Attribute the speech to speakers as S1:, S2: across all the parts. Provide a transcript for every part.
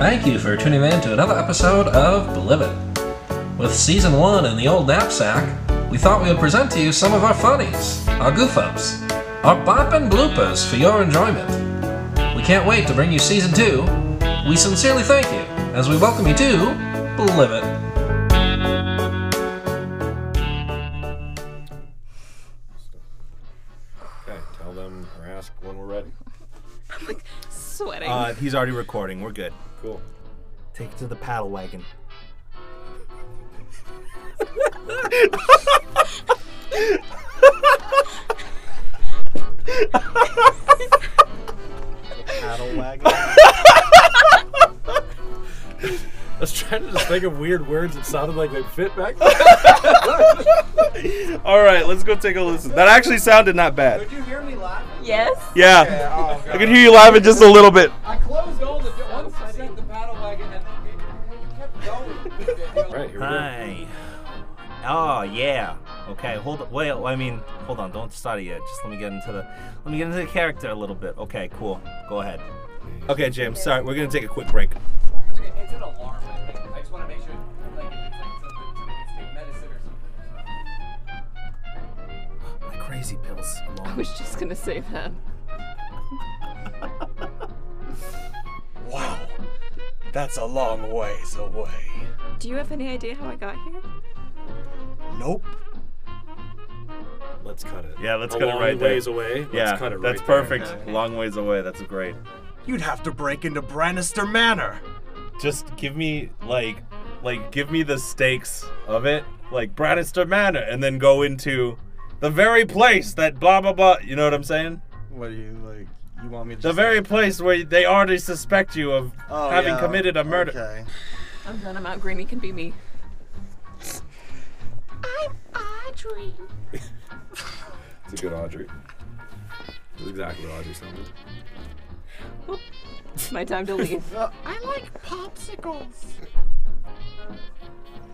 S1: Thank you for tuning in to another episode of Believe It. With season one in the old knapsack, we thought we would present to you some of our funnies, our goof ups, our boppin' bloopers for your enjoyment. We can't wait to bring you season two. We sincerely thank you as we welcome you to Believe It.
S2: Okay, tell them or ask when we're ready.
S3: sweating.
S4: Uh, he's already recording. We're good.
S2: Cool.
S4: Take it to the paddle wagon. paddle wagon.
S2: I was trying to just think of weird words that sounded like they fit back.
S5: All right, let's go take a listen. That actually sounded not bad.
S6: Did you hear me laugh?
S3: yes.
S5: Yeah,
S6: Oh,
S5: I can hear you laughing just a little bit.
S6: I closed all the doors once I set the paddle wagon and then we kept going with it.
S2: All right, here we go.
S4: Hi. Oh yeah. Okay. Hold. Wait. I mean, hold on. Don't start it yet. Just let me get into the. Let me get into the character a little bit. Okay. Cool. Go ahead. Okay, James. Sorry. We're gonna take a quick break.
S6: It's, okay, it's an alarm, I think. I just want to make sure, like, if it's like something to make us take medicine or something.
S4: My crazy pills.
S3: I was just gonna say that.
S7: Wow, that's a long ways away.
S3: Do you have any idea how I got here?
S7: Nope.
S2: Let's cut it.
S5: Yeah, let's
S2: A
S5: cut it
S2: long
S5: right there.
S2: ways away. Let's
S5: yeah,
S2: cut it
S5: that's
S2: right there.
S5: perfect. Long ways away. That's great.
S7: You'd have to break into Brannister Manor.
S5: Just give me like, like give me the stakes of it, like Brannister Manor, and then go into the very place that blah blah blah. You know what I'm saying?
S8: What do you like? You want me to
S5: The
S8: just,
S5: very
S8: like-
S5: place where they already suspect you of
S8: Oh,
S5: having
S8: yeah,
S5: committed a murder.
S8: Okay.
S3: I'm done. I'm out. Greeny can be me. I'm Audrey.
S2: It's a good Audrey. That's exactly what Audrey sounded.
S3: It's my time to leave. Oh
S7: I like popsicles.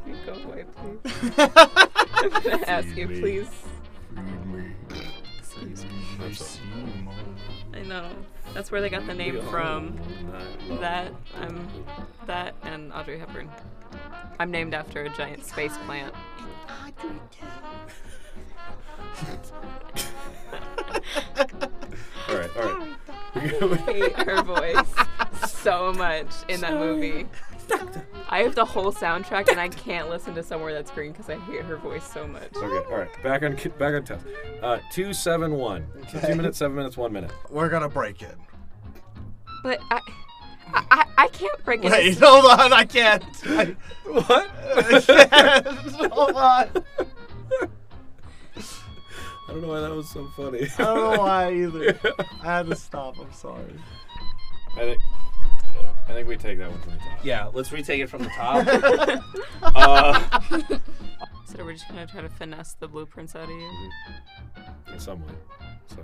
S3: You go away, please. I'm gonna ask you, please. I know. That's where they got the name from. That I'm that and Audrey Hepburn. I'm named after a giant space plant.
S2: All right, all right.
S3: hate her voice so much in that movie. I have the whole soundtrack and I can't listen to somewhere that's green because I hate her voice so much.
S2: Okay, all right. Back on back on task. Uh, two seven one. So two minutes, seven minutes, one minute.
S7: We're gonna break it.
S3: But I, I, I, I can't break it.
S7: Wait, hold on, I can't. I,
S2: What?
S7: I can't. Hold on.
S2: I don't know why that was so funny.
S7: I don't know why either. I had to stop. I'm sorry.
S2: I think, I think we take that one from the top.
S5: Yeah, let's retake it from the top.
S3: So we're just gonna try to finesse the blueprints out of you.
S2: In some way. So.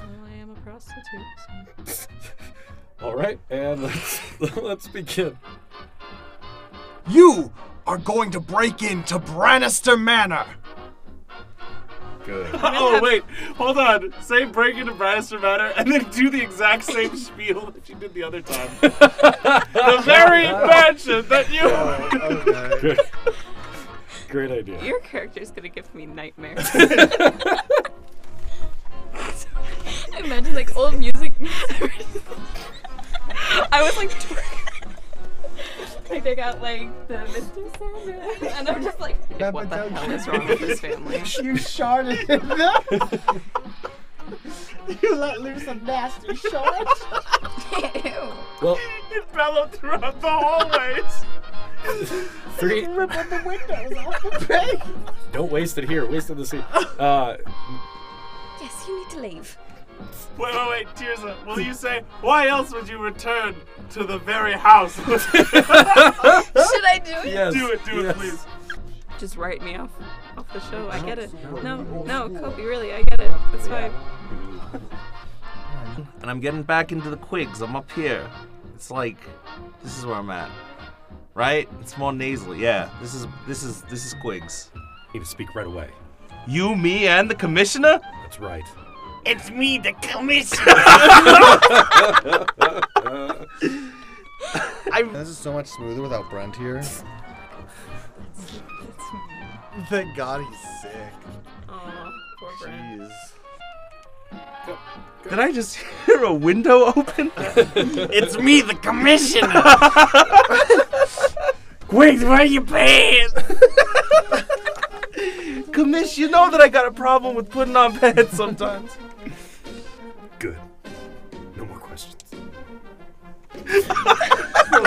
S3: Oh, I am a prostitute. so-
S2: All right, and let's let's begin.
S7: You are going to break into Brannister Manor.
S2: Good.
S5: Oh wait, hold on. Say break into Brannister Manor and then do the exact same spiel that you did the other time. the very mansion that you.
S8: Okay.
S2: Great idea.
S3: Your character's gonna give me nightmares. Imagine like old music. I was like, tw- like they got like the Mr. Sandman, and I'm just like, what the hell is wrong with this family?
S6: You sharded in there? you let loose a nasty shard?
S2: Well,
S5: It bellowed throughout the hallways.
S2: three.
S6: the windows off the bay.
S2: Don't waste it here. Waste it in the sea. Uh,
S3: yes, you need to leave.
S5: Wait, wait, wait, Tirza. Will you say why else would you return to the very house? do
S3: Should I do it?
S2: yes.
S5: it, do it,
S2: yes.
S5: please.
S3: Just write me off off the show. I get it. No, no, Kobe, really, I get it. That's fine.
S4: and I'm getting back into the quigs. I'm up here. It's like this is where I'm at. Right? It's more nasally. Yeah. This is this is this is quigs.
S2: Need to speak right away.
S4: You, me, and the commissioner?
S2: That's right.
S4: It's me, the commissioner.
S8: is so much smoother without Brent here.
S9: Thank God he's sick.
S3: Aw, poor Brent.
S9: Jeez.
S5: Did I just hear a window open?
S9: It's me, the commissioner. Quick, where you been?
S5: Commish, you know that I got a problem with putting on pants sometimes.
S2: Good. No more questions.
S9: the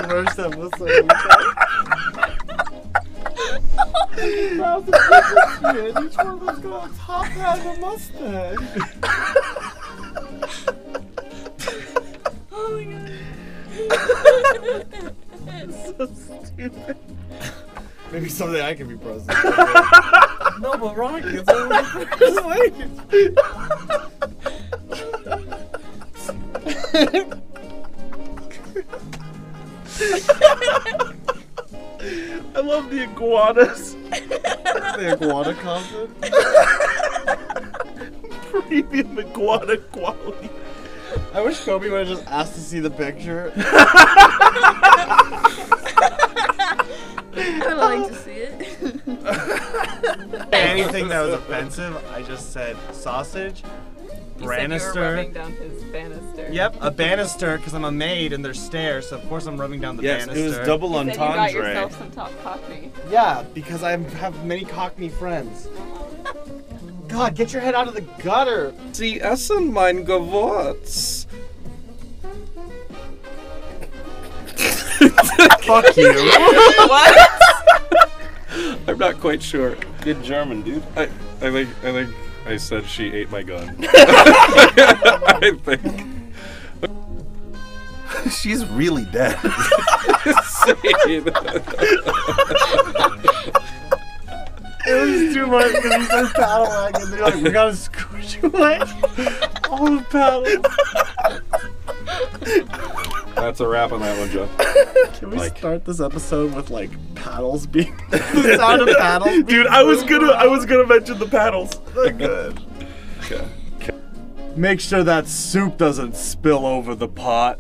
S9: worst episode. Each one of them's got a top hat and a mustache. Maybe someday I can be president.
S4: No, but Ron gets
S5: I love the iguanas.
S9: the iguana concept.
S5: Premium iguana quality.
S9: I wish Kobe would have just asked to see the picture.
S10: I would like to see it.
S9: Anything that was offensive, I just said sausage,
S3: You said you were rubbing
S9: Brannister.
S3: down his banister.
S9: Yep, a banister because I'm a maid and there's stairs, so of course I'm rubbing down the
S5: Yes,
S9: banister.
S5: it was double
S3: You said you got
S5: entendre.
S3: yourself some top coffee.
S9: Yeah, because I have many Cockney friends. God, get your head out of the gutter.
S5: Sie essen mein Gewürz.
S9: Fuck you.
S3: what?
S2: I'm not quite sure.
S5: Good German, dude.
S2: I, I think I think I said she ate my gun. I think.
S5: She's really dead.
S9: It was too much because he says paddle lag and they're like, we gotta squish away all the paddles.
S2: That's a wrap on that one, Joe.
S9: Can we
S2: Like-
S9: start this episode with like paddles being the sound of paddles?
S5: Dude, I was gonna I was gonna mention the paddles.
S9: Make sure that soup doesn't spill over the pot.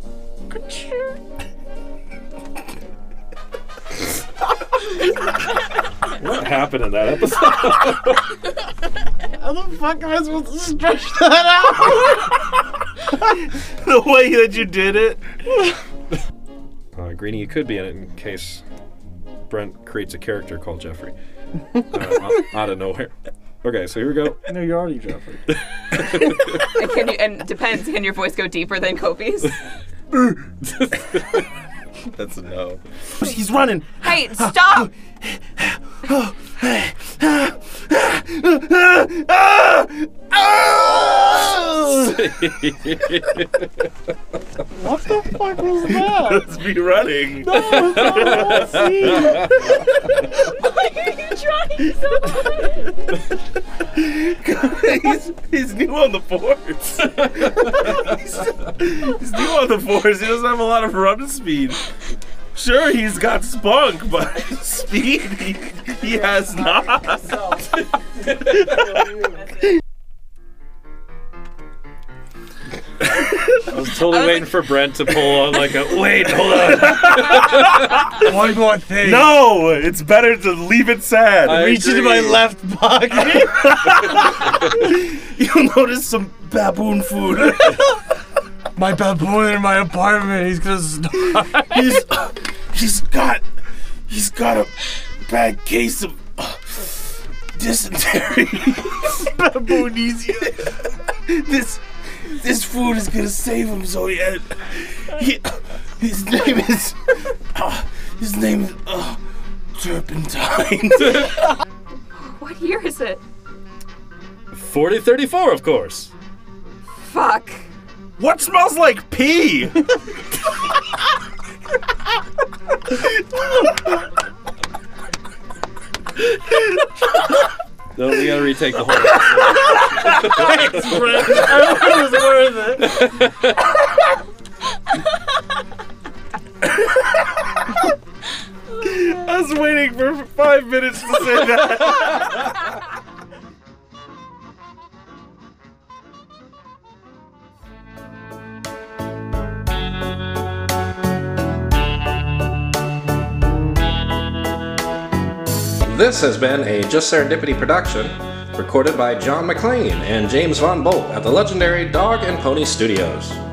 S2: What happened in that episode?
S9: How the fuck am I supposed to stretch that out?
S5: the way that you did it.
S2: Uh, Greeny, you could be in it in case Brent creates a character called Jeffrey uh, out- out of nowhere. Okay, so here we go.
S9: no, you're already dropping.
S3: And can you? And depends. Can your voice go deeper than Kobe's?
S5: That's a no.
S9: He's running.
S3: hey, stop!
S9: What the fuck was that?
S5: Let's be running. he's, he's new on the force. he's, he's new on the force. He doesn't have a lot of run speed. Sure, he's got spunk, but speed he, he has not.
S2: I was totally waiting for Brent to pull on like a wait, hold on.
S9: One more thing.
S5: No, it's better to leave it sad.
S2: I
S9: Reach into my
S2: agree.
S9: left pocket.
S5: You'll notice some baboon food.
S9: my baboon in my apartment. He's gonna. St-
S5: he's he's got he's got a bad case of uh, dysentery. Babonesia. this this food is gonna save him. So he, had, he his name is uh, his name is uh, Turpentine.
S3: What year is it?
S2: 4034, of course.
S3: Fuck.
S5: what smells like pee?
S2: No, we gotta retake the whole episode.
S5: I was waiting for five minutes to say that.
S1: This has been a Just Serendipity production, recorded by John McLean and James Von Bolt at the legendary Dog and Pony Studios.